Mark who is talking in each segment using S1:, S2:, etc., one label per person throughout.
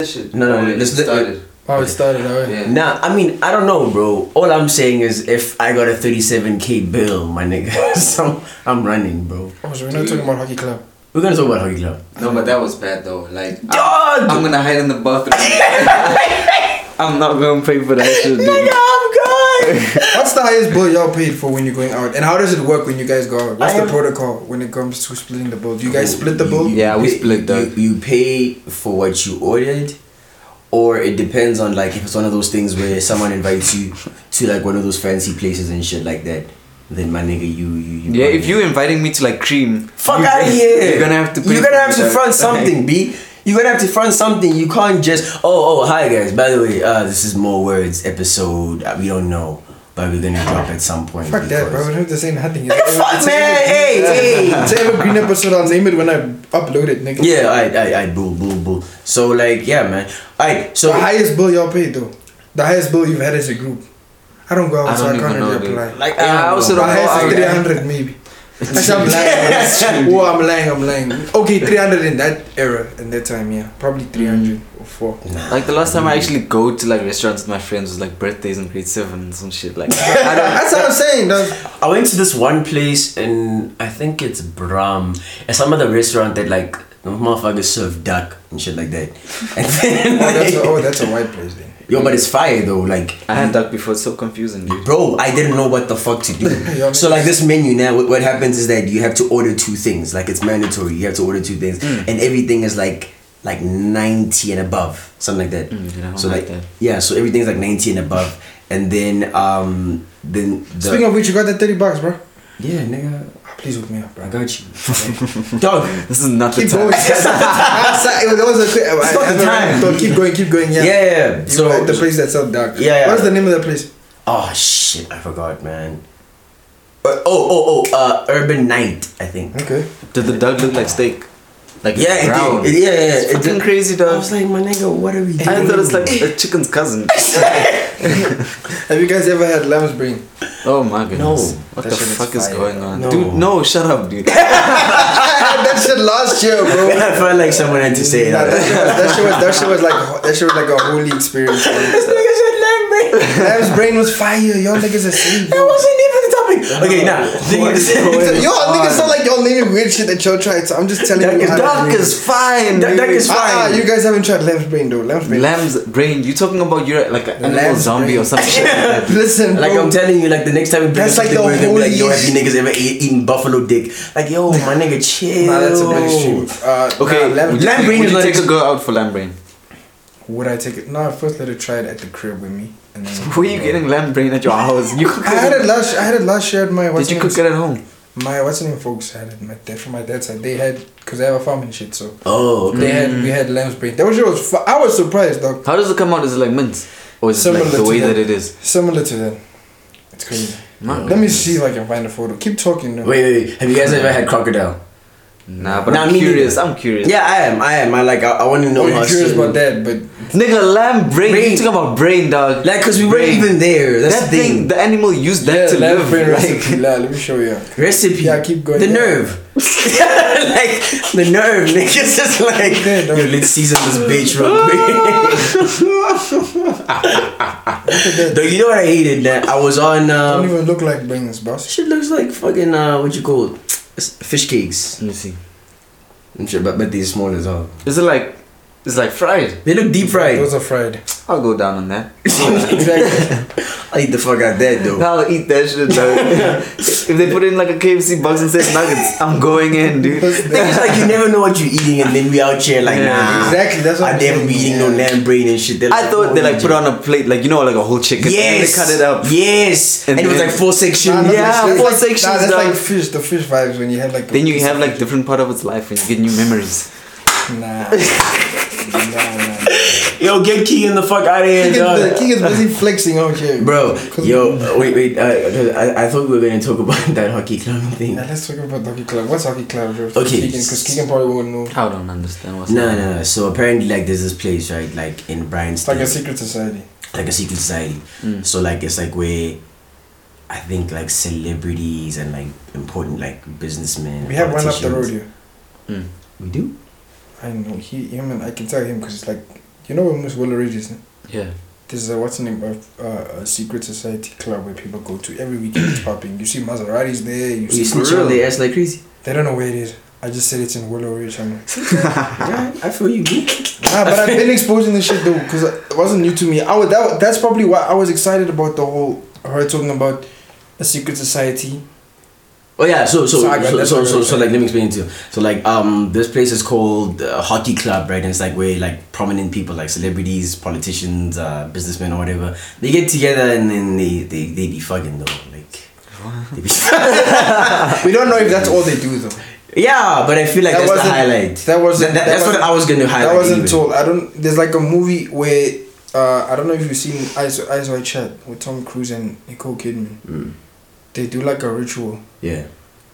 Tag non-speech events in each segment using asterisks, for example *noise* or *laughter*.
S1: This shit.
S2: No, no,
S1: Oh,
S2: no,
S1: it
S2: this-
S1: started.
S3: Oh, it started already.
S1: Yeah.
S2: Nah, I mean, I don't know, bro. All I'm saying is if I got a 37k bill, my nigga, *laughs* so I'm running, bro.
S3: Oh, so we're not talking about hockey club.
S2: We're gonna talk about Hockey Club.
S1: No, but that was bad though.
S2: *laughs*
S1: Like,
S2: Dog!
S1: I'm gonna hide in the bathroom. *laughs* I'm not gonna pay for that shit. Dude.
S2: *laughs* Nigga, I'm gone!
S3: What's the highest bill y'all paid for when you're going out? And how does it work when you guys go out? What's
S2: I
S3: the
S2: am-
S3: protocol when it comes to splitting the bill? Do you guys split the bill?
S1: Yeah, we split,
S2: You,
S1: dog.
S2: you pay for what you ordered, or it depends on like if it's one of those things where someone invites you to like one of those fancy places and shit like that. Then my nigga, you you, you
S1: Yeah, if you inviting me to like cream,
S2: fuck
S1: you-
S2: out of here,
S1: You're gonna have to. Pay
S2: you're gonna
S1: for
S2: have to
S1: that.
S2: front
S1: *laughs*
S2: something, b. You're gonna have to front something. You can't just oh oh hi guys. By the way, uh, this is more words episode. Uh, we don't know, but we're gonna drop at some point.
S3: Fuck that, bro.
S2: because-
S3: I don't have to say nothing.
S2: Nigga, fuck man, hey hey.
S3: It's an evergreen episode. I'll name it when I upload it, nigga.
S2: Yeah, I, I, I, boo, boo, boo. So like, yeah, man. I so
S3: The highest bill y'all paid though. The highest bill you've had as a group. I don't go out,
S1: I
S3: so
S1: don't
S3: I
S1: even
S3: can't
S1: know,
S3: really
S1: dude.
S3: apply.
S2: like
S1: Yeah, I also
S3: The
S1: don't know.
S3: highest is
S1: I-
S3: 300 maybe.
S1: *laughs*
S3: Actually, I'm *laughs* lying. oh, I'm lying, I'm lying. Okay, 300 in that era, in that time, yeah. Probably 300 or 4.
S1: Like the last time I actually go to like restaurants with my friends was like birthdays in grade seven and some shit like. that. I don't.
S3: That's what I'm saying, dog.
S2: I went to this one place in I think it's Bram, and some other restaurant that like motherfuckers serve duck and shit like that. *laughs* And then,
S3: Oh, that's a, oh, that's a white place then.
S2: *laughs* yo, but it's fire though. Like,
S1: I had that before. It's so confusing, dude.
S2: bro, I didn't know what the fuck to do. so like this menu now, what, what happens is that you have to order two things. Like it's mandatory. You have to order two things, and everything is like like ninety and above, something like that.
S1: Mm, dude, I don't
S2: so
S1: like that.
S2: yeah, so everything's like ninety and above, and then um then the,
S3: Speaking of which, you got that 30 bucks, bro.
S2: yeah nigga.
S3: Ah, Please hook me up, bro.
S2: I got you. Dog.
S1: This is not the
S3: Keep
S1: time.
S3: going. *laughs* I'm sorry, that was a quick.
S2: It's not the time.
S3: So keep going, keep going. Yeah.
S2: Yeah. yeah.
S3: You
S2: So
S3: were at the place that's so dark.
S2: Yeah, yeah.
S3: What's the name of the place?
S2: Oh shit! I forgot, man. Uh, oh oh oh! Uh, Urban Night, I think.
S3: Okay.
S1: Did the dog look like steak? Like
S2: Yeah, it did.
S1: brown.
S2: It- yeah, yeah,
S1: It's
S2: it
S1: fucking
S2: did.
S1: crazy
S2: I
S1: dog.
S2: was like, my nigga, what are we doing?
S1: I thought it's like a chicken's cousin.
S3: Have you guys ever had lamb's brain?
S1: Oh my goodness.
S2: No.
S1: What
S3: That
S1: the
S3: shit is
S1: fuck is
S3: fire.
S1: going on?
S2: No.
S1: Dude, no, shut up, dude.
S3: I had that shit last year, bro.
S2: I felt like *laughs* someone had to say *laughs*
S3: Nah, that,
S2: that.
S3: shit was, that shit was that shit was like ho- that shit was like a holy
S2: *laughs*
S3: experience.
S2: this nigga should let me.
S3: Lamb's brain was fire. Y'all niggas are sleep.
S2: *laughs* That wasn't even the topic. Okay, nah. Thing *laughs* is,
S3: *laughs* Y'all niggas sound like y'all naming weird shit that y'all tried. So I'm just telling
S2: That
S3: you.
S2: is-
S3: how to
S1: Dog
S3: name it.
S1: is fine.
S2: Dog-
S1: dude.
S2: dog is
S3: Ah,
S2: fine.
S3: you guys haven't tried lamb's brain though. Lamb's brain.
S1: Lamb's brain. You talking about you're like an animal
S3: Lamb's
S1: zombie
S3: brain.
S1: or some shit? like that.
S3: *laughs* Listen,
S2: like
S3: bro.
S2: I'm telling you, like the next time we bring
S3: That's
S2: up
S3: like
S2: something,
S3: the
S2: we're gonna be like, yo, have
S3: holiest-
S2: you niggas ever eat, eaten buffalo dick? Like, yo, my nigga, chill.
S3: Nah, that's a bit extreme. Uh, *laughs*
S1: Okay,
S3: nah,
S1: would
S3: lamb,
S1: you,
S2: lamb
S1: take-
S2: brain
S1: would
S2: is
S1: you
S2: not
S1: take
S2: ex-
S1: a girl out for lamb brain?
S3: Would I take it? No, first let her try it at the crib with me. And
S1: *laughs*
S3: then
S1: Where are you getting lamb brain at your house? You cook
S3: *laughs* I had it
S1: it.
S3: last. I had it last year at my. What's
S1: Did you
S3: her
S1: cook it
S3: name's-
S1: at home?
S3: My what's her name folks had it. My dad from my dad's side. They had because they have a farm and shit. So
S2: Oh, okay.
S3: they had we had lamb's brain. That was shit was. fu- I was surprised, dog.
S1: How does it come out? Is it like mince? Or is it
S3: Similar
S1: like the
S3: to
S1: way
S3: that.
S1: that it is?
S3: Similar to that. It's crazy.
S1: My
S3: Let me see if I can find a photo. Keep talking. though.
S2: Wait, wait, wait. Have you guys ever had crocodile?
S1: Nah, but
S2: Nah,
S1: I'm
S2: me
S1: curious.
S2: neither.
S1: I'm curious.
S2: Yeah, I am. I am. I like. I, I want to know.
S3: Oh,
S2: how
S3: you're curious
S2: certain-
S3: about that, but
S1: Nigga, lamb brain.
S2: Brain.
S1: You talking about brain, dog?
S2: Like, cause we
S1: Brain.
S2: weren't even there. That's
S1: that
S2: the thing.
S1: thing, the animal used that
S3: yeah,
S1: to
S3: lamb's
S1: live.
S3: brain
S1: like-
S3: recipe. *laughs* Nah, let me show you.
S2: Recipe.
S3: Yeah, keep going.
S2: The
S3: Yeah. *laughs*
S2: nerve. like the nerve, niggas just like
S3: Yeah, no.
S2: yo, let's season this bitch
S3: *laughs*
S2: real quick. Though you know what I hated that I was on
S3: Don't
S2: um
S3: even look like brains, boss.
S2: shit looks like fucking uh what you call it? It's fish cakes.
S1: *laughs* Let me see.
S2: And shit, but but they're small as hell.
S1: Is it like, it's like fried?
S2: They look deep fried.
S3: Those are fried.
S1: I'll go down on that.
S3: exactly.
S2: *laughs* I eat the fuck out that though.
S1: I'll eat that shit, *laughs* dog. if they put in like a KFC box and said nuggets, I'm going in, dude.
S2: The thing is, like you never know what you're eating and then we out here like
S1: Yeah,
S2: nah
S3: exactly, that's what
S2: I
S3: I'm
S2: never
S3: saying,
S2: be eating no
S3: yeah.
S2: lamb brain and shit. They're
S1: I thought they
S2: oh,
S1: like put on a plate, like you know, like a whole chicken. and
S2: Yes.
S1: they cut it up.
S2: Yes. And,
S1: And
S2: it was
S1: then-
S2: like four section.
S3: Nah, nah,
S1: Yeah,
S3: that's like-
S1: four
S3: nah,
S1: sections,
S3: That's
S1: dog.
S3: like fish. The fish vibes when you have like. a
S1: Then you
S3: piece
S1: have
S3: of
S1: like different part of its life and you get new memories. *laughs*
S3: Nah. nah, nah.
S2: Yo, get Keegan the fuck out of here,
S3: Keegan's,
S2: dog.
S3: Keegan's busy flexing out here.
S2: Bro,
S3: Cause-
S2: yo, wait, wait. Uh, 'cause I, I thought we were gonna talk about *laughs* that hockey club thing.
S3: Now
S2: Nah,
S3: let's talk about Hockey Club. What's Hockey Club, bro?
S2: Okay.
S3: Because Keegan probably won't know.
S1: I don't understand what's
S2: nah, nah. So apparently, like, there's this place, right? Like in Brian's,
S3: It's like a secret society.
S2: like a secret society.
S1: Mm.
S2: So like, it's like where I think like celebrities and like important like businessmen.
S3: We have one up the
S2: politicians-
S3: road here.
S1: Mm.
S2: We do.
S3: I know he, him, and I can tell him because it's like You know where Moose Wallery is?
S1: Yeah.
S3: There's a what's the name of uh, a secret society club where people go to every weekend. It's popping. You see Maseratis there. You
S2: You
S3: see.
S1: sm-
S2: snitch
S1: real.
S2: on their ass like *laughs* crazy.
S3: They don't know where it is. I just said it's in Willow Ridge.
S2: *laughs*
S3: I'm like,
S2: Yeah, I feel you. B.
S3: ah, but I've been exposing this shit though, because it wasn't new to me. I was, that, that's probably why I was excited about the whole her talking about a secret
S2: *laughs*
S3: society.
S2: Oh yeah, so so
S3: Saga,
S2: so,
S3: that's
S2: so,
S3: what
S2: so,
S3: I'm
S2: so like let me explain it to you. So like um this place is called uh, Hockey Club, right? And it's like where like prominent people like celebrities, politicians, uh, businessmen or whatever, they get together and then they they, they be fucking though. Like they be *laughs*
S3: We don't know if that's all they do though.
S2: Yeah, but I feel like
S3: That
S2: that's the
S3: wasn't-
S2: highlight.
S3: that wasn't-
S2: Th-
S3: that
S2: that's what
S3: wasn't-
S2: I was gonna highlight.
S3: That wasn't
S2: even.
S3: told. I don't. There's like a movie where uh, I don't know if you've seen Eyes Eyes Wide Shut with Tom Cruise and Nicole Kidman.
S2: Mm,
S3: They do like a ritual
S2: yeah.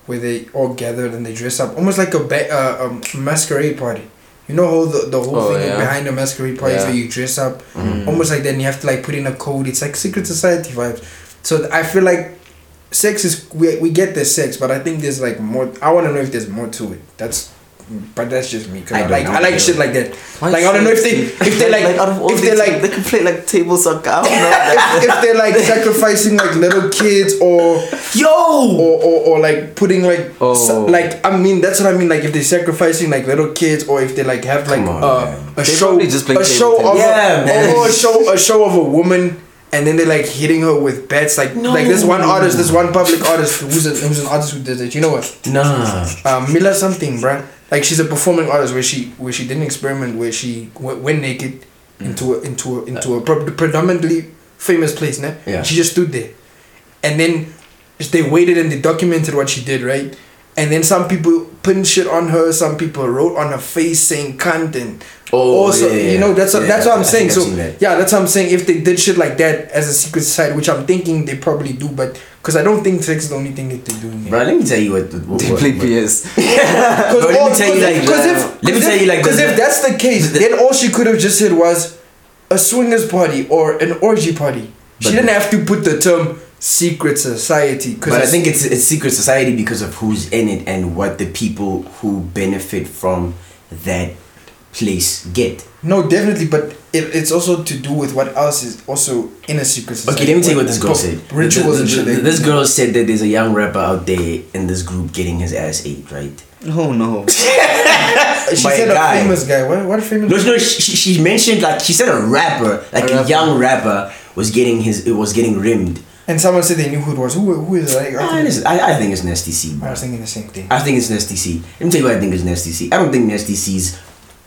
S3: where they all gather and they dress up, almost like a ba- uh, um, masquerade party. You know how the, the whole
S1: Oh,
S3: thing
S1: yeah.
S3: behind a masquerade party is
S1: Yeah.
S3: where you dress up,
S2: Mm.
S3: almost like then you have to like put in a code. It's like secret society vibes. So th- I feel like sex is we, we get the sex, but I think there's like more. I want to know if there's more to it. That's but that's just me. Cause
S2: I
S3: I,
S2: don't
S3: like I
S2: know.
S3: like shit like that. Like, I don't know if they- if they like-
S1: out of all
S3: if they
S1: these,
S3: like-
S1: they can play like table soccer. I don't know. *laughs* like-
S3: if, if they're like sacrificing like little kids or
S2: Yo.
S3: or, or, or like putting like
S1: Oh.
S3: sa- like I mean that's what I mean like if they're sacrificing like little kids or if they like have like
S2: Come on,
S3: uh,
S2: man.
S3: a
S1: They
S3: show
S1: probably just play
S3: a
S1: table
S3: show
S1: tennis.
S3: of
S2: Yeah,
S3: a,
S2: man.
S3: or, or a show a show of a woman and then they're like hitting her with bats like like this one
S2: No.
S3: artist this one public artist who's a, who's an artist who did it you know what
S2: Nah.
S3: uh, Mila something bruh like she's a performing artist where she where she did an experiment where she went, went naked
S2: Mm.
S3: into a, into a, into a pre- predominantly famous place nah?
S2: Uh. Yeah.
S3: she just stood there and then they waited and they documented what she did, right? And then some people putting shit on her, some people wrote on her face saying cunt and
S2: Oh,
S3: also
S2: yeah, yeah,
S3: you know that's
S2: yeah.
S3: what, that's what I'm
S2: I
S3: saying.
S2: think I've
S3: So
S2: seen that.
S3: yeah, that's what I'm saying. If they did shit like that as a secret society, which I'm thinking they probably do, but because I don't think sex is the only thing that they do.
S2: Bro, let me tell you what. what,
S1: they
S2: what-
S1: play
S2: what-
S1: PS.
S2: Bro, let me tell you like.
S3: because
S2: that.
S3: if
S2: let me tell you like.
S3: because
S2: this-
S3: if that's the case, then all she could have just said was a swingers party or an orgy party.
S2: But-
S3: She didn't have to put the term secret society.
S2: But I think it's it's secret society because of who's in it and what the people who benefit from that place get.
S3: No, definitely, but it, it's also to do with what else is also in a secret society.
S2: Okay, let me tell you what this girl
S3: Pop-
S2: said.
S3: Rituals and
S2: Th-
S3: shit.
S2: th- th- This girl said that there's a young rapper out there in this group getting his ass ate, right?
S1: Oh no.
S3: Uh, she
S2: my
S3: said
S2: guy.
S3: a famous guy. What, what a famous
S2: No, no, she, she she mentioned like she said a rapper, like a,
S3: rapper.
S2: young rapper was getting his it was getting rimmed.
S3: And someone said they knew who it was. Who, who is like?
S2: Ah,
S3: I,
S2: listen, I, I think it's Nasty C,
S3: I
S2: bro.
S3: was thinking the same thing.
S2: I think it's Nasty C. Let me tell you what I think is Nasty C. I don't think Nasty C's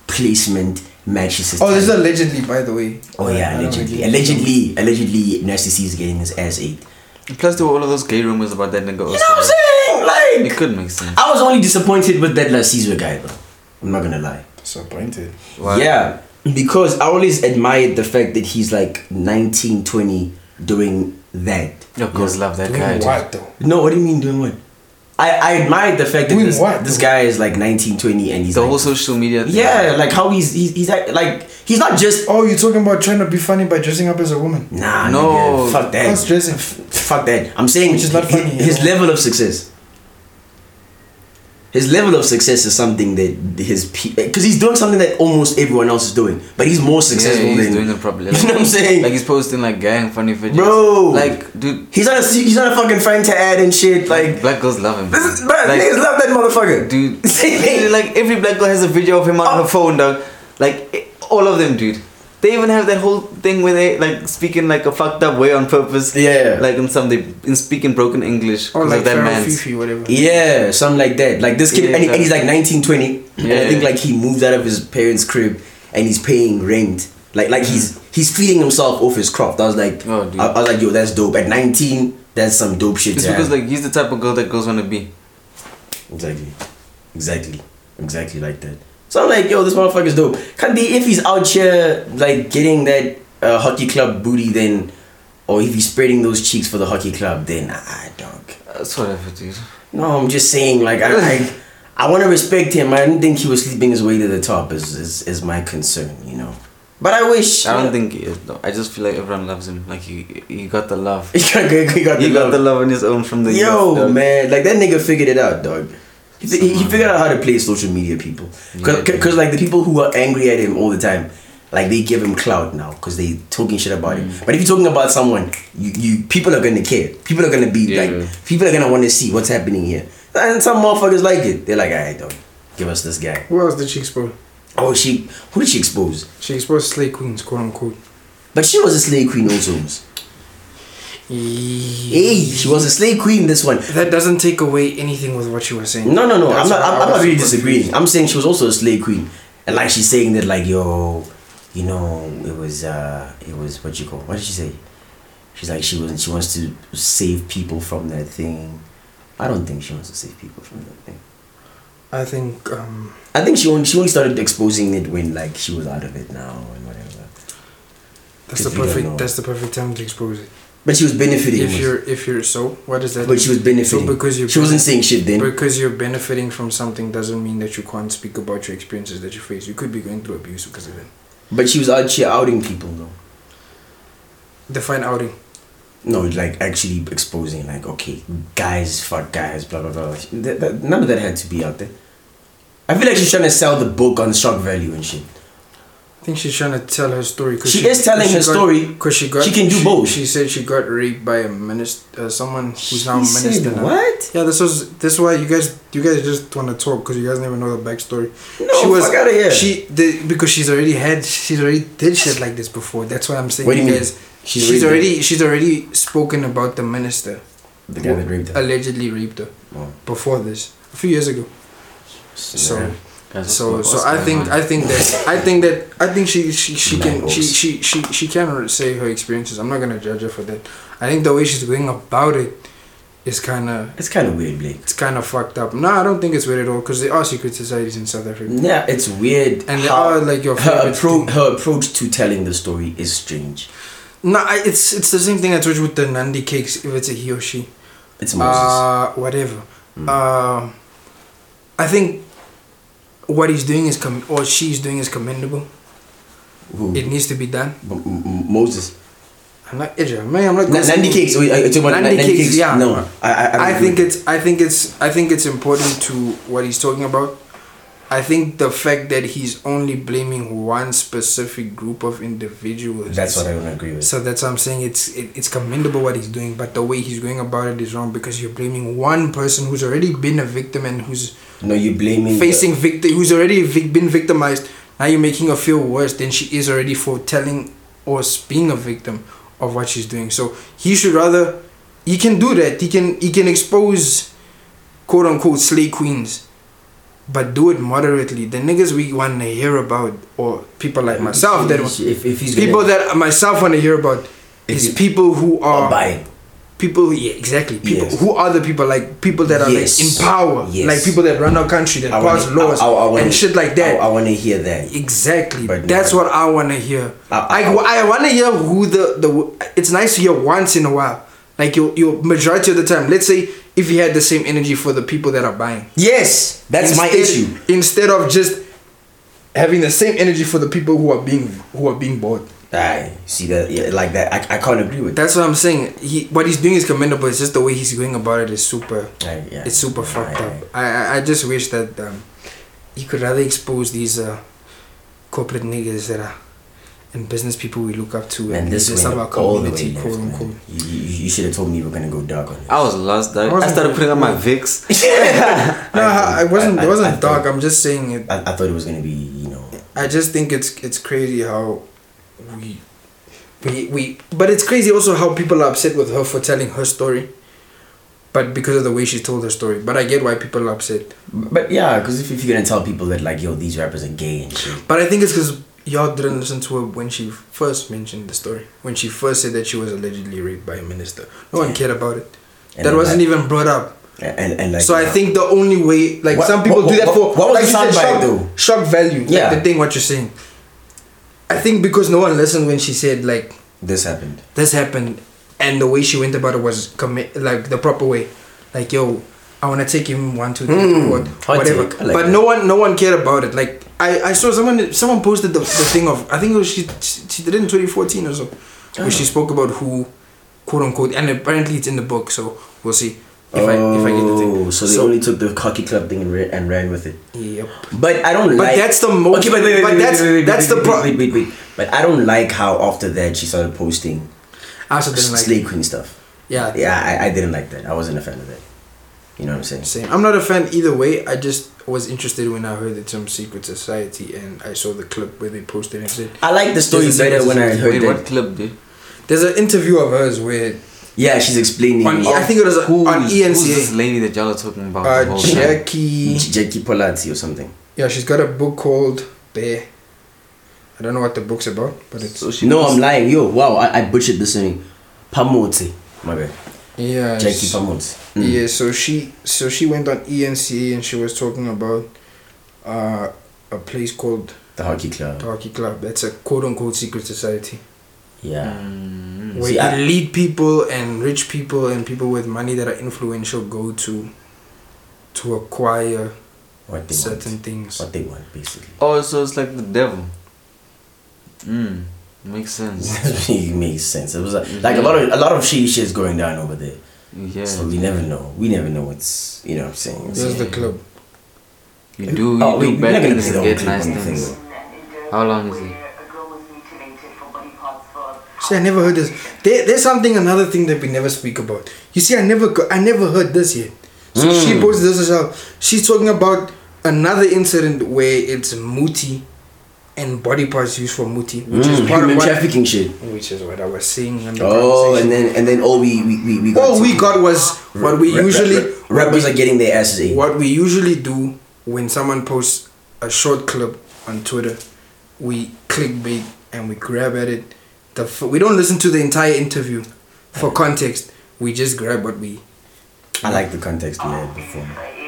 S2: placement matches his
S3: Oh, this is
S2: talent.
S3: allegedly, by the way.
S2: Oh
S3: I
S2: yeah,
S3: don't
S2: allegedly,
S3: really-
S2: allegedly, allegedly, Nasty C is getting his ass ate.
S1: Plus, there were all of those gay rumors about that nigga.
S2: You know what I'm saying?
S1: It
S2: Like,
S1: could make sense.
S2: I was only disappointed with that La Caesar guy, though. I'm not gonna lie.
S3: Disappointed.
S1: Why?
S2: Yeah, because I always admired the fact that he's like 19, 20 doing that.
S1: Yo, girls love that
S3: Doing
S1: guy. dude.
S3: what though?
S2: No, what do you mean doing what? I, I admired the fact that
S3: Doing
S2: this,
S3: what?
S2: this guy is like 19, 20 and he's
S1: The
S2: like,
S1: whole social media. Thing.
S2: yeah, like how he's he's, he's act, like he's not just
S3: Oh, you're talking about trying to be funny by dressing up as a woman.
S2: nah
S1: No.
S2: nigga, fuck that
S3: What's dressing?
S2: fuck that I'm saying
S3: Which is not
S2: hi-
S3: funny,
S2: his
S3: you know?
S2: level of success his level of success is something that his because he's doing something that almost everyone else is doing but he's more successful
S1: Yeah, he's
S2: than
S1: doing it properly.
S2: *laughs* You know what I'm saying?
S1: Like he's posting like gang funny videos.
S2: Bro.
S1: Like, dude,
S2: He's not a he's not a fucking friend to add and shit. Like
S1: black girls love him.
S2: this is bro,
S1: Like,
S2: niggas love that motherfucker.
S1: dude.
S2: *laughs*
S1: literally, *laughs* like every black girl has a video of him on
S2: Oh.
S1: her phone, dog. Like eh, all of them, dude. They even have that whole thing where they like speak in like a fucked up way on purpose.
S2: Yeah. Oh,
S1: Like in some they in speaking broken English
S3: Or
S1: because
S3: like E-
S1: of that
S3: Pharaoh
S1: man's.
S3: Fifi, whatever.
S2: yeah, something like that. Like this kid,
S1: Yeah,
S2: and, he- and he's like
S1: exactly.
S2: 19, 20. And I
S1: Yeah.
S2: think like he moved out of his parents' crib and he's paying rent. Like like he's he's feeding himself off his craft. I was like,
S1: Oh, dude.
S2: I, I was like, yo, that's dope. At nineteen, that's some dope shit.
S1: It's
S2: to
S1: because
S2: have.
S1: like he's the type of girl that girls want to be.
S2: exactly, exactly, exactly like that. So I'm like, yo, this motherfucker's dope. Can't be if he's out here like getting that uh, hockey club booty, then, or if he's spreading those cheeks for the hockey club, then ah, I don't.
S1: That's whatever, Uh, dude.
S2: No, I'm just saying, like, I, I, I want to respect him. I didn't think he was sleeping his way to the top, is, is, is my concern, you know. But I wish.
S1: I don't think he is. though. I just feel like everyone loves him. Like he, he got the love.
S2: *laughs* He got, he got, he got
S1: He
S2: the
S1: got the
S2: love.
S1: love on his own from the
S2: Yo,
S1: youth, dog.
S2: man. Like, that nigga figured it out, dog. He, fi- he
S1: Someone.
S2: figured out how to play social media people.
S1: Yeah, dude.
S2: Because, like, the people who are angry at him all the time, Like they give him clout now because they talking shit about
S1: Mm.
S2: him. But if you're talking about someone, you, you people are gonna care. People are gonna be
S1: Yeah.
S2: like, people are gonna want to see what's happening here. And some motherfuckers like it. They're like, alright, dog, give us this guy.
S3: Who else did she expose?
S2: Oh, she, who did she expose?
S3: She exposed Slay Queens, quote unquote.
S2: But she was a slave queen also. Hey, she was a slave queen. This one.
S3: E- That doesn't take away anything with what you were saying.
S2: No, no, no. I'm
S3: That's
S2: not.
S3: why
S2: I'm,
S3: I
S2: I'm not
S3: was
S2: really
S3: super
S2: disagreeing.
S3: confused.
S2: I'm saying she was also a slave queen, and like she's saying that, like yo, you know, it was, uh it was what you call. What did she say? She's like she was. She wants to save people from that thing. I don't think she wants to save people from that thing.
S3: I think um,
S2: I think she only she only started exposing it when like she was out of it now and whatever.
S3: that's
S2: If
S3: the
S2: you don't know.
S3: perfect. That's the perfect time to expose it.
S2: But she was benefiting.
S3: If
S2: was-
S3: you're if you're so, what does that?
S2: but she was
S3: so
S2: benefiting.
S3: because you
S2: she wasn't saying shit then.
S3: Because you're benefiting from something doesn't mean that you can't speak about your experiences that you face. You could be going through abuse because of it.
S2: But she was out here outing people though.
S3: Define outing.
S2: No, like actually exposing, like, okay, guys, fuck guys, blah, blah, blah. That, that, none of that had to be out there. I feel like she's trying to sell the book on shock value and shit.
S3: I think she's trying to tell her story.
S2: She is telling her story.
S3: because she got.
S2: She can do both.
S3: She said she got raped by a minister, uh, someone who's now a
S2: He said,
S3: minister. now.
S2: what?
S3: Yeah, this was this is why you guys you guys just want to talk because you guys never know the backstory.
S2: No,
S3: she was
S2: fuck out of here.
S3: she the, because she's already had she's already did shit like this before. That's why I'm saying
S2: What do you mean?
S3: guys.
S2: She's
S3: She's,
S2: raped
S3: already she's already spoken about the minister
S2: the guy that raped her.
S3: allegedly raped her
S2: Oh.
S3: before this a few years ago. So.
S2: Yeah.
S3: So, so I think I think that I think that I think she she, she can she, she she she can say her experiences. I'm not gonna judge her for that. I think the way she's going about it is kind of
S2: it's kind of weird, Blake.
S3: it's kind of fucked up. No, I don't think it's weird at all because there are secret societies in South Africa,
S2: Yeah, it's weird.
S3: and they
S2: how
S3: are like your
S2: her,
S3: favorite.
S2: appro-
S3: Pro-
S2: her approach to telling the story is strange.
S3: no, I, it's it's the same thing I told you with the Nandi cakes. If it's a he or she,
S2: It's Moses. Hmm.
S3: uh, whatever. Uh, I think what he's doing is com- or she's doing is commendable.
S2: Who?
S3: It needs to be done.
S2: M- M- M- Moses.
S3: I'm not Idris. Man, I'm not.
S2: Na- Nandi Cakes. Wait, I, talking about
S3: Nandi
S2: Nandi
S3: Cakes,
S2: Cakes.
S3: yeah.
S2: No, I, I, don't
S3: I
S2: agree.
S3: think it's. I think it's. I think it's important to what he's talking about. I think the fact that he's only blaming one specific group of individuals.
S2: That's what I don't agree with.
S3: So that's what I'm saying. It's it, it's commendable what he's doing, but the way he's going about it is wrong because you're blaming one person who's already been a victim and who's
S2: No, you're blaming the-
S3: facing victim, who's already vic- been victimized. Now you're making her feel worse than she is already for telling or s- being a victim of what she's doing. So he should rather, he can do that. He can he can expose, quote unquote, slay queens, but do it moderately. The niggas we want to hear about, or people like myself that
S2: if, if he's
S3: people
S2: gonna,
S3: that myself want to hear about,
S2: If
S3: is
S2: you-
S3: people who
S2: are
S3: are
S2: buying.
S3: people yeah exactly people
S2: Yes.
S3: who are the people like people that are
S2: Yes.
S3: like in power
S2: Yes.
S3: like people that run our country that
S2: I
S3: pass
S2: wanna-
S3: laws
S2: I- I- I wanna-
S3: and shit like that
S2: I, I want to hear that.
S3: exactly
S2: But
S3: that's
S2: no.
S3: what i want to hear
S2: I-
S3: i,
S2: I-
S3: I, want to hear who the the it's nice to hear once in a while like your your majority of the time let's say if you had the same energy for the people that are buying
S2: Yes, that's my
S3: Instead-
S2: issue.
S3: instead of just having the same energy for the people who are being who are being bought
S2: I see that yeah, like that. I, I can't agree with that.
S3: that's what i'm saying he what he's doing is commendable it's just the way he's going about it is super
S2: I, yeah.
S3: it's super
S2: I-
S3: fucked
S2: I-
S3: up. I, I I just wish that um, you could rather expose these uh, corporate niggas that are and business people we look up to
S2: Man,
S3: and
S2: this
S3: just
S2: went
S3: our
S2: all the way
S3: community,
S2: left,
S3: quote
S2: man.
S3: unquote.
S2: You, you, you should have told me you were gonna go dark on it.
S1: I was lost. Dog. I
S3: Wasn't
S1: started
S3: it?
S1: putting on my Vicks.
S3: No, I, I wasn't.
S2: I-
S3: It
S2: I-
S3: wasn't
S2: I
S3: dark.
S2: thought-
S3: I'm just saying it.
S2: I, I thought it was gonna be you know.
S3: I just think it's it's crazy how we we we. But it's crazy also how people are upset with her for telling her story. But because of the way she told her story, but I get why people are upset.
S2: But yeah, because if, if you're gonna tell people that like yo these rappers are gay and shit,
S3: But I think it's because y'all didn't listen to her when she first mentioned the story. When she first said that she was allegedly raped by a minister, no one cared about it.
S2: And
S3: that
S2: then,
S3: wasn't
S2: like-
S3: even brought up.
S2: and, and like
S3: so I think the only way, like
S2: What-
S3: some people
S2: what-
S3: do that
S2: what-
S3: for,
S2: what was
S3: like
S2: the
S3: you said,
S2: soundbite
S3: shock,
S2: though?
S3: shock value. Yeah,
S2: Yeah.
S3: the thing what you're saying. I think because no one listened when she said like
S2: this happened.
S3: this happened, and the way she went about it was commit like the proper way, like yo, I want to take him one two three
S2: Mm,
S3: four,
S2: hot
S3: whatever.
S2: take. I like
S3: but
S2: that.
S3: no one no one cared about it. Like I, I saw someone someone posted the, the thing of I think it was she she did it in 2014
S2: Oh.
S3: or so, where she spoke about who, quote unquote, and apparently it's in the book. So we'll see If I if I get the
S2: Oh,
S3: thing.
S2: so they only took the hockey club thing and ran, and ran with it.
S3: Yep.
S2: But I don't
S3: But
S2: like.
S3: that's the most-
S2: Okay, but, wait, wait,
S3: but
S2: wait,
S3: that's-
S2: wait, wait,
S3: that's
S2: wait,
S3: the
S2: wait,
S3: pro-
S2: Wait, wait, wait. But I don't like how after that she started posting
S3: I also didn't like.
S2: slay queen stuff.
S3: Yeah.
S2: Yeah, I, I didn't like that. I wasn't a fan of that. You know what I'm saying?
S3: Same. I'm not a fan either way. I just was interested when I heard the term secret society and I saw the clip where they posted and said
S2: I like the story
S3: There's a
S2: better when I
S3: difference
S2: heard
S1: Wait,
S2: that.
S1: what club, dude?
S3: there's an interview of hers where
S2: Yeah, she's explaining.
S3: on E- I think it was on
S1: Who's- Who's this
S3: ENCA.
S1: lady that y'all are talking
S2: Oh,
S1: about? the
S3: Uh,
S1: whole time?
S3: Jackie.
S2: Jackie Polazzi or something.
S3: Yeah, she's got a book called Bear. I don't know what the book's about, but it's
S1: So she
S2: No,
S1: was-
S2: I'm lying. Yo, wow, I, I butchered this name. Pamote. My bad.
S3: yeah.
S2: Jackie Mm. Hmm.
S3: it's-
S2: Pamote.
S3: Yeah, so she so she went on E ENCA and she was talking about uh, a place called
S2: The hockey club.
S3: the Hockey Club. That's a quote unquote secret society
S2: Yeah.
S1: Mm.
S3: where
S2: Hmm. See, I-
S3: elite people and rich people and people with money that are influential go to to acquire
S2: What they
S3: certain
S2: want.
S3: things.
S2: What they want, basically. *laughs*
S1: Oh, so it's like the devil. Mm. Makes sense.
S2: it makes sense. It was like, like a lot of a lot of shady shit's going down over there.
S1: Yeah.
S2: So we never know. We never know what's you know what I'm saying.
S3: There's the
S1: Yeah.
S3: club.
S1: You do, you
S2: Oh, we-
S1: do
S2: we're
S1: bad
S2: not gonna
S1: things
S2: play the
S1: and
S2: whole
S1: get
S2: clip
S1: nice
S2: on the
S1: things.
S2: thing.
S1: How long is it?
S3: See, I never heard this. *laughs* There, there's something another thing that we never speak about. You see, I never go- I never heard this yet. So
S2: Hmm.
S3: she posted this herself. She's talking about another incident where it's muti and body parts used for muti, which
S2: Mm,
S3: is part of
S2: human
S3: what,
S2: trafficking shit.
S3: which is what I was saying. in the
S2: Oh, and
S3: conversation.
S2: then and then all we we we, we got
S3: all
S2: to-
S3: we got was what we
S2: Ra- ra-
S3: usually
S2: ra- rappers are getting their asses ate.
S3: what we usually do when someone posts a short clip on Twitter, we clickbait and we grab at it. The f- we don't listen to the entire interview for context. We just grab what we.
S2: I like the context we had before,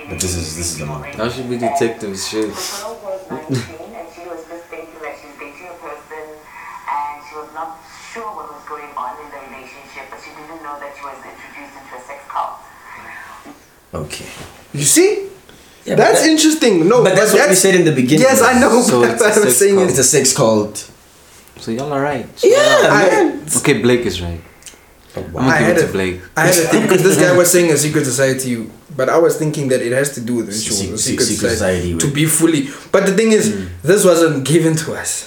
S2: but this is this is a lot.
S1: That should be detectives, shit.
S4: The girl was 19 and she was just thinking that she was dating a person and she was not sure what was going on in the relationship, but she didn't know that she was introduced into a sex cult.
S2: Okay.
S3: You see,
S2: Yeah, but
S3: that's
S2: that-
S3: interesting. No,
S2: but that's what we said in the beginning.
S3: Yes, I know.
S1: So
S3: that's what
S1: it's a
S3: I was
S1: sex
S3: saying.
S1: cult.
S2: It's
S3: Is,
S2: a sex cult.
S1: So y'all are right.
S2: Yeah,
S3: I-
S2: man.
S1: Okay, Blake is right.
S2: Oh,
S1: I'm
S3: I
S1: gonna
S3: had
S1: give it
S3: a-
S1: to Blake.
S3: I had a thing because this guy was saying a secret society, but I was thinking that it has to do with ritual.
S2: Se-
S3: a
S2: se- secret society
S3: to
S2: with-
S3: be fully. But the thing is, this wasn't given to us.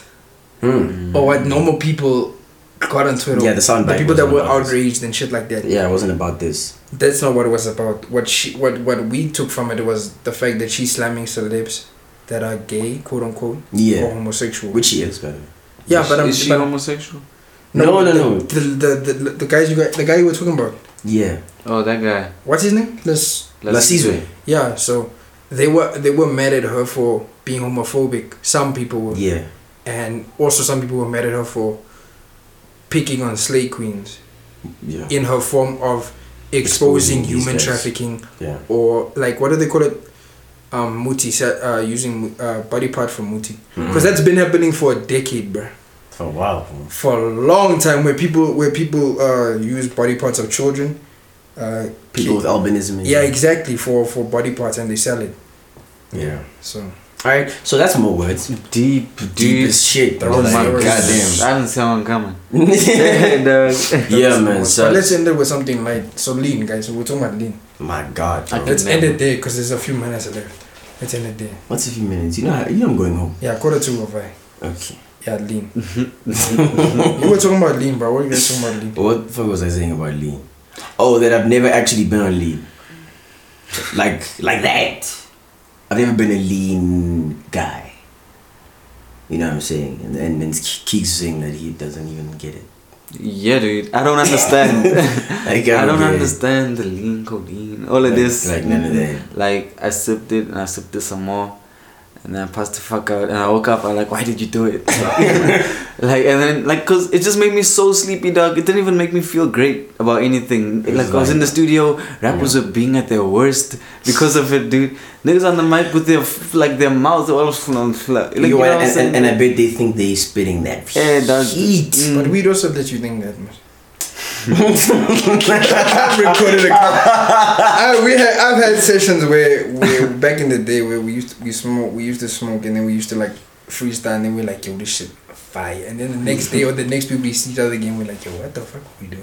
S2: Hmm.
S3: or what normal people got on Twitter.
S2: Yeah, the soundbite
S3: The people
S2: was
S3: that were
S2: about this.
S3: outraged and shit like that.
S2: Yeah, it wasn't about this.
S3: That's not what it was about. What she, what, what we took from it was the fact that she's slamming celebs that are gay, quote unquote,
S2: Yeah.
S3: or homosexual.
S2: Which he is, by the way.
S3: yeah,
S1: Is
S3: but
S1: she-
S3: I'm
S1: is she
S3: but-
S1: homosexual?
S2: No, no,
S3: the,
S2: no.
S3: The the, the the guys you got, the guy you were talking about.
S2: Yeah.
S1: Oh, that guy.
S3: What's his name? This.
S2: Lasizwe.
S3: Yeah, so they were they were mad at her for being homophobic. Some people were,
S2: Yeah.
S3: and also some people were mad at her for picking on slay queens.
S2: Yeah.
S3: in her form of exposing,
S2: Exposing these
S3: human
S2: guys.
S3: trafficking
S2: Yeah.
S3: or like what do they call it um muti se- uh, using uh, body part for muti
S2: Hmm.
S3: because that's been happening for a decade bro
S2: For a while.
S3: for a long time where people where people uh use body parts of children uh
S2: People with
S3: ki-
S2: albinism. and-
S3: yeah exactly for for body parts and they sell it
S2: Yeah.
S3: so
S2: All right. So that's more words.
S1: Deep, dude.
S2: Deep as shit.
S3: That
S2: bro.
S3: was
S2: Like,
S3: my words.
S1: Oh I
S2: goddamn.
S1: haven't seen one
S3: *laughs*
S1: coming.
S2: *laughs* yeah, man. So
S3: but let's end it with something like so lean guys we're talking about lean
S2: my God, bro.
S1: Okay.
S3: let's
S1: Man.
S3: end it there because there's a few minutes left let's end it there
S2: What's a few minutes? You know, how- you know, I'm going home.
S3: yeah quarter to over
S2: Okay.
S3: yeah lean you were talking about lean bro what are you guys talking about lean
S2: What the fuck was I saying about lean? Oh, that I've never actually been on lean. Like, like that. I've never been a lean guy. You know what I'm saying? And and then Keeks saying that he doesn't even get it.
S1: yeah, dude. I don't
S3: *laughs*
S1: understand.
S2: Like,
S1: I don't
S2: get it.
S1: understand the lean codeine. All of
S2: Like-
S1: this.
S2: like none of that.
S1: Like I sipped it and I sipped it some more. And then I passed the fuck out and I woke up. I'm like, why did you do it? *laughs* like, and then, like, cause it just made me so sleepy, dog. It didn't even make me feel great about anything.
S2: It
S1: like,
S2: was
S1: I was in
S2: like-
S1: the studio, rappers were being at their worst because of it, dude. Niggas on the mic with their, f- like, their mouths all full on flat. Like,
S2: You know,
S1: what I'm
S2: and,
S1: saying?
S2: and, and I bet they think they spitting that
S1: Yeah, dog.
S2: heat. *laughs*
S1: Mm.
S3: But we'd also let you think that much. *laughs* I've recorded a couple. I, we had, I've had sessions where, where back in the day where we used to, we smoke we used to smoke and then we used to like freestyle and then we're like yo this shit fire and then the next day or the next week we see each other again we're like yo what the fuck are we doing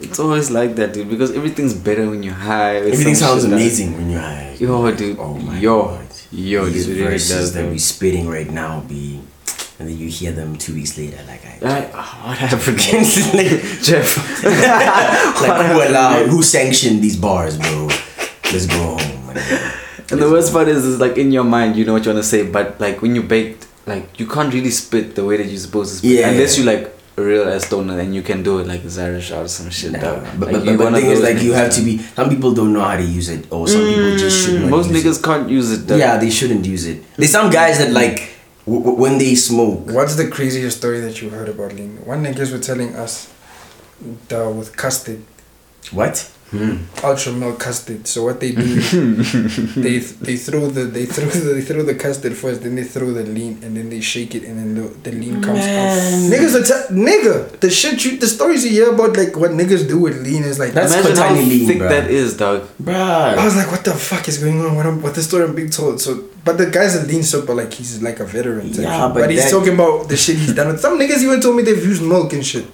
S1: It's always like that, dude. Because everything's better when you're high. or
S2: Everything
S1: some
S2: sounds
S1: shit like-
S2: amazing when you're high.
S1: Yo, dude.
S2: Oh my
S1: Yo.
S2: god.
S1: Yo,
S2: These
S1: dude, it really
S2: verses
S1: does.
S2: that
S1: though.
S2: we spitting right now be, and then you hear them two weeks later, like I.
S1: Right? Oh, what happened, *laughs*
S2: like,
S1: Jeff?
S2: *laughs* like who allowed, who sanctioned these bars, bro? Let's go home. Like, *laughs*
S1: And the worst part is, is like in your mind, you know what you want to say, but like when you baked, like you can't really spit the way that you're supposed to spit,
S2: Yeah.
S1: unless you like a real ass stoner and you can do it like Zarish or some shit.
S2: Nah,
S1: dog.
S2: but
S1: Like,
S2: but,
S1: you're one
S2: but, the
S1: of
S2: thing is,
S1: those
S2: like, you
S1: niggas,
S2: have
S1: dog.
S2: to be. Some people don't know how to use it, or some people just shouldn't.
S1: Most
S2: use
S1: niggas can't use it.
S2: It.
S1: dog.
S2: Yeah, they shouldn't use it. There's some
S3: Mm-hmm.
S2: guys that like w- w- when they smoke.
S3: What's the craziest story that you heard about Ling? One niggas were telling us the, with custard,
S2: What?
S3: ultra milk custard. So what they do, they they throw the they throw the, they throw the custard first, then they throw the lean, and then they shake it, and then the, the lean comes
S2: Man.
S3: out. Niggas are te- nigga the shit you the stories you hear about like what niggas do with lean is like.
S2: That's
S1: Imagine how
S2: Kotani lean,
S1: thick
S2: bruh.
S1: that is, dog.
S3: I
S2: Bruh.
S3: was like, what the fuck is going on? What, I'm, what the story I'm being told? So, but the guy's a lean super, like he's like a veteran. type
S2: Yeah,
S3: shit.
S2: but
S3: he's
S2: that-
S3: talking about the shit he's done. with. Some niggas even told me they've used milk and shit.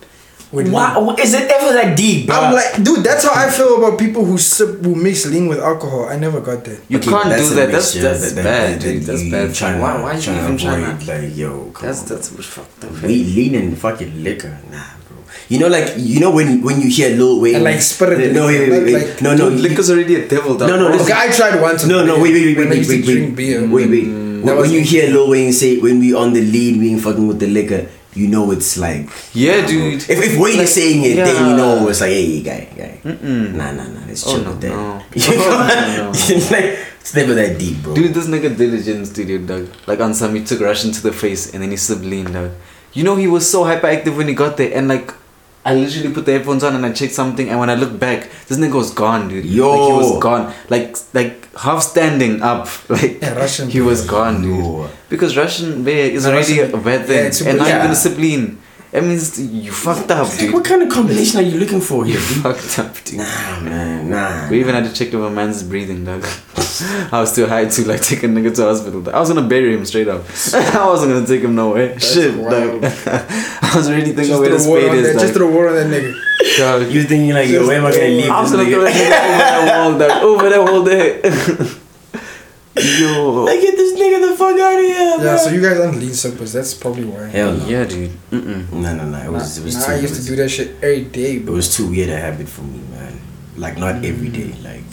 S3: With lean.
S2: Why is it ever that deep, bruh?
S3: I'm like, dude, that's how I feel about people who sip, who mix lean with alcohol. I never got that.
S1: You
S2: Okay,
S1: can't do
S2: a
S1: that. That's
S2: mixture
S1: that's
S2: that-
S1: bad,
S2: that-
S1: dude.
S2: that
S1: That's
S2: you-
S1: bad.
S2: you trying
S1: Trying why? Why are you
S2: trying
S1: even trying
S2: avoid,
S1: to?
S2: Like, yo, come
S1: That's
S2: on.
S1: that's fucked up.
S2: We lean in fucking liquor, nah, bro. You know, like you know when when you hear Lil Wayne
S3: And, like, spirit
S2: No, wait, wait, wait,
S3: like-
S2: wait.
S3: like-
S2: no, no,
S1: Dude, liquor's already a devil, dog.
S2: No, no,
S1: Bro.
S2: listen.
S3: Okay, I tried once.
S2: No, no, wait, wait, wait,
S3: when I
S2: wait,
S3: used
S2: wait,
S3: to
S2: wait,
S3: drink beer.
S2: wait, wait.
S3: that
S2: When,
S3: was-
S2: when you hear Lil Wayne say, "When we on the lead, we ain't fucking with the liquor," you know it's like,
S1: Yeah,
S2: nah,
S1: dude.
S2: Bro. If, if Wayne is saying it, then
S1: yeah.
S2: you know it's like, hey, guy, guy. Nah, nah, nah. Let's
S1: Oh,
S2: chill
S1: no,
S2: with that.
S1: no.
S2: *laughs* You know?
S1: Oh, no, no.
S2: *laughs* It's like- it's never that deep, bro.
S1: Dude, this nigga diligence, dude, dog. Like on some, he took Russian to the face and then he slipped lean, dog. You know, he was so hyperactive when he got there, and like, I literally put the headphones on and I checked something, and when I looked back, this nigga was gone, dude.
S2: Yo.
S1: like, he was gone, like, like half standing up, *laughs* like
S3: Yeah, Russian
S1: He was gone, dude.
S2: Yo.
S1: Because Russian beer is
S3: No,
S1: already
S3: Russian-
S1: a bad
S3: yeah,
S1: thing,
S3: it's super-
S1: and now you're
S2: yeah.
S1: gonna sip lean. That means you fucked up,
S2: Like,
S1: dude.
S2: what kind of combination are you looking for
S1: You
S2: here? dude?
S1: fucked up, dude.
S2: *laughs* Nah, man, nah.
S1: We even had to check if a man's breathing, dog. *laughs* I was too high to like take a nigga to hospital. dog. I was gonna bury him straight up. *laughs* I wasn't gonna take him nowhere. Shit,
S3: wild.
S1: dog. *laughs* I was really thinking
S3: Just
S1: where the
S3: throw
S1: spade
S3: water on
S1: is,
S3: that. Just
S1: dog.
S3: throw water on that nigga.
S1: Dog.
S2: You thinking like, yo, where am I gonna leave
S1: I was
S2: this
S1: gonna throw
S2: nigga?
S1: that nigga *laughs* over that wall, dog. Over that wall there. *laughs* Yo.
S2: Like, get this nigga the fuck out of here,
S3: Yeah,
S2: bro.
S3: so you guys aren't lean suppers. That's probably why.
S2: Hell no.
S1: Yeah, dude. Mm-mm.
S2: No, no, no. It was, it was
S3: Nah,
S2: too.
S3: I
S2: it
S3: used to
S2: was-
S3: do that shit every day,
S2: It
S3: bro.
S2: was too weird a habit for me, man. Like not every day, like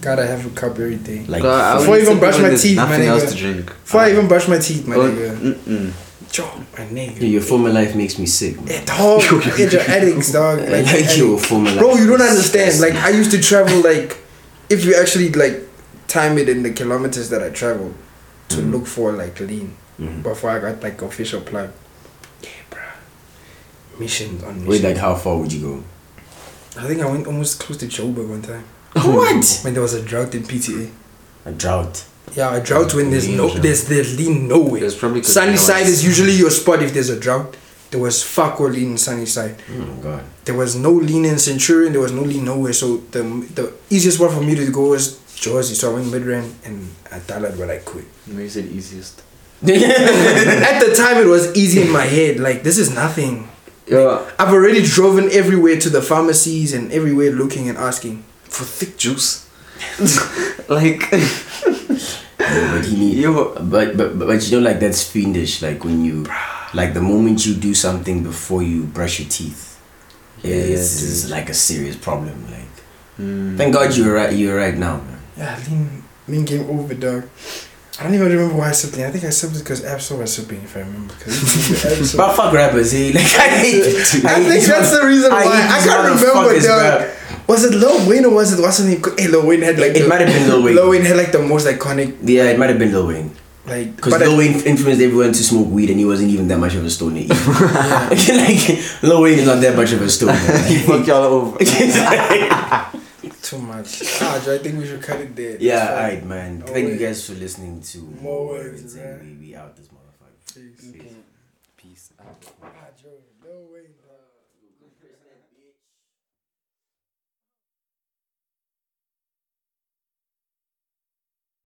S3: Gotta have a cup every day.
S2: like. uh,
S1: Dog, I wouldn't
S3: Before Mm. I even
S1: sip
S3: brush
S1: when
S3: my
S1: there's
S3: teeth, my
S1: Nothing
S3: nigga.
S1: else to drink.
S3: Before I even brush my teeth, my
S1: Oh,
S3: nigga.
S1: Mm-mm.
S3: Yo, my nigga.
S2: your former life makes me sick. Man.
S3: At home, at your
S2: *laughs*
S3: addicts, dog. Like,
S2: Like, yo, former life.
S3: Bro, you don't
S2: is-
S3: understand. Like I used to travel like if you actually like time it in the kilometers that I traveled to
S2: Mm.
S3: look for like lean
S2: Mhm.
S3: before I got like official plug. Yeah, bro. Missions on
S2: wait,
S3: mission.
S2: like how far would you go?
S3: I think I went almost close to Joburg one time
S2: *laughs* What?
S3: when there was a drought in PTA.
S2: A drought.
S3: Yeah, a drought when there's no
S2: Lean,
S3: there's there's lean nowhere.
S1: There's probably 'cause
S3: Sunny
S1: no
S3: side
S1: one's-
S3: is usually your spot if there's a drought. There was fuck all lean in sunny side.
S2: Oh my *laughs* god.
S3: there was no lean in Centurion, there was no lean nowhere. So the the easiest one for me to go was Jersey. So I went Midrand and I dialed what I could.
S1: You said easiest.
S3: *laughs* At the time, it was easy in my head. Like this is nothing.
S1: Yeah.
S3: I've already driven everywhere to the pharmacies and everywhere looking and asking.
S1: For thick juice. *laughs* like, *laughs*
S2: Yeah, but he need.
S1: Yo.
S2: But, but but but you know like that's fiendish. Like when you, like the moment you do something before you brush your teeth, yeah,
S1: Yeah,
S2: it's,
S1: dude.
S2: it's like a serious problem. Like
S1: Mm.
S2: thank God you're right. You're right now, man.
S3: Yeah, lean lean game over, dog. I don't even remember why I sipped lean. I think I sipped it because Absol was sipping, if I remember. 'Cause Abso-
S2: *laughs* But fuck rappers, eh? Like I *laughs* hate.
S3: I
S2: hate
S3: think
S2: these
S3: that's
S2: mother-
S3: the reason why.
S2: hate
S3: I
S2: these
S3: can't remember,
S2: motherfuckers,
S3: dog.
S2: bruh.
S3: Was it Lil Wayne or was it what's his name? Hey, Lil Wayne had like
S2: It- it
S3: the-
S2: might have been Lil Wayne.
S3: Lil Wayne had like the most iconic
S2: Yeah, it might have been Lil Wayne.
S3: like.
S2: Because
S3: but I-
S2: Lil Wayne influenced everyone to smoke weed, and he wasn't even that much of a stoner. *laughs* either. like Lil Wayne is not that much of a *laughs* stoner.
S1: He fucked y'all over.
S3: too much. Taj, I think we should cut it there.
S2: yeah,
S3: That's fine.
S2: alright, man.
S3: No
S2: Thank you
S3: worries.
S2: guys for listening to
S3: More words,
S2: and
S3: man.
S2: we, we out this motherfucker.
S3: Peace.
S2: Peace.
S3: Taj, yo, Ah, Lil Wayne, dog.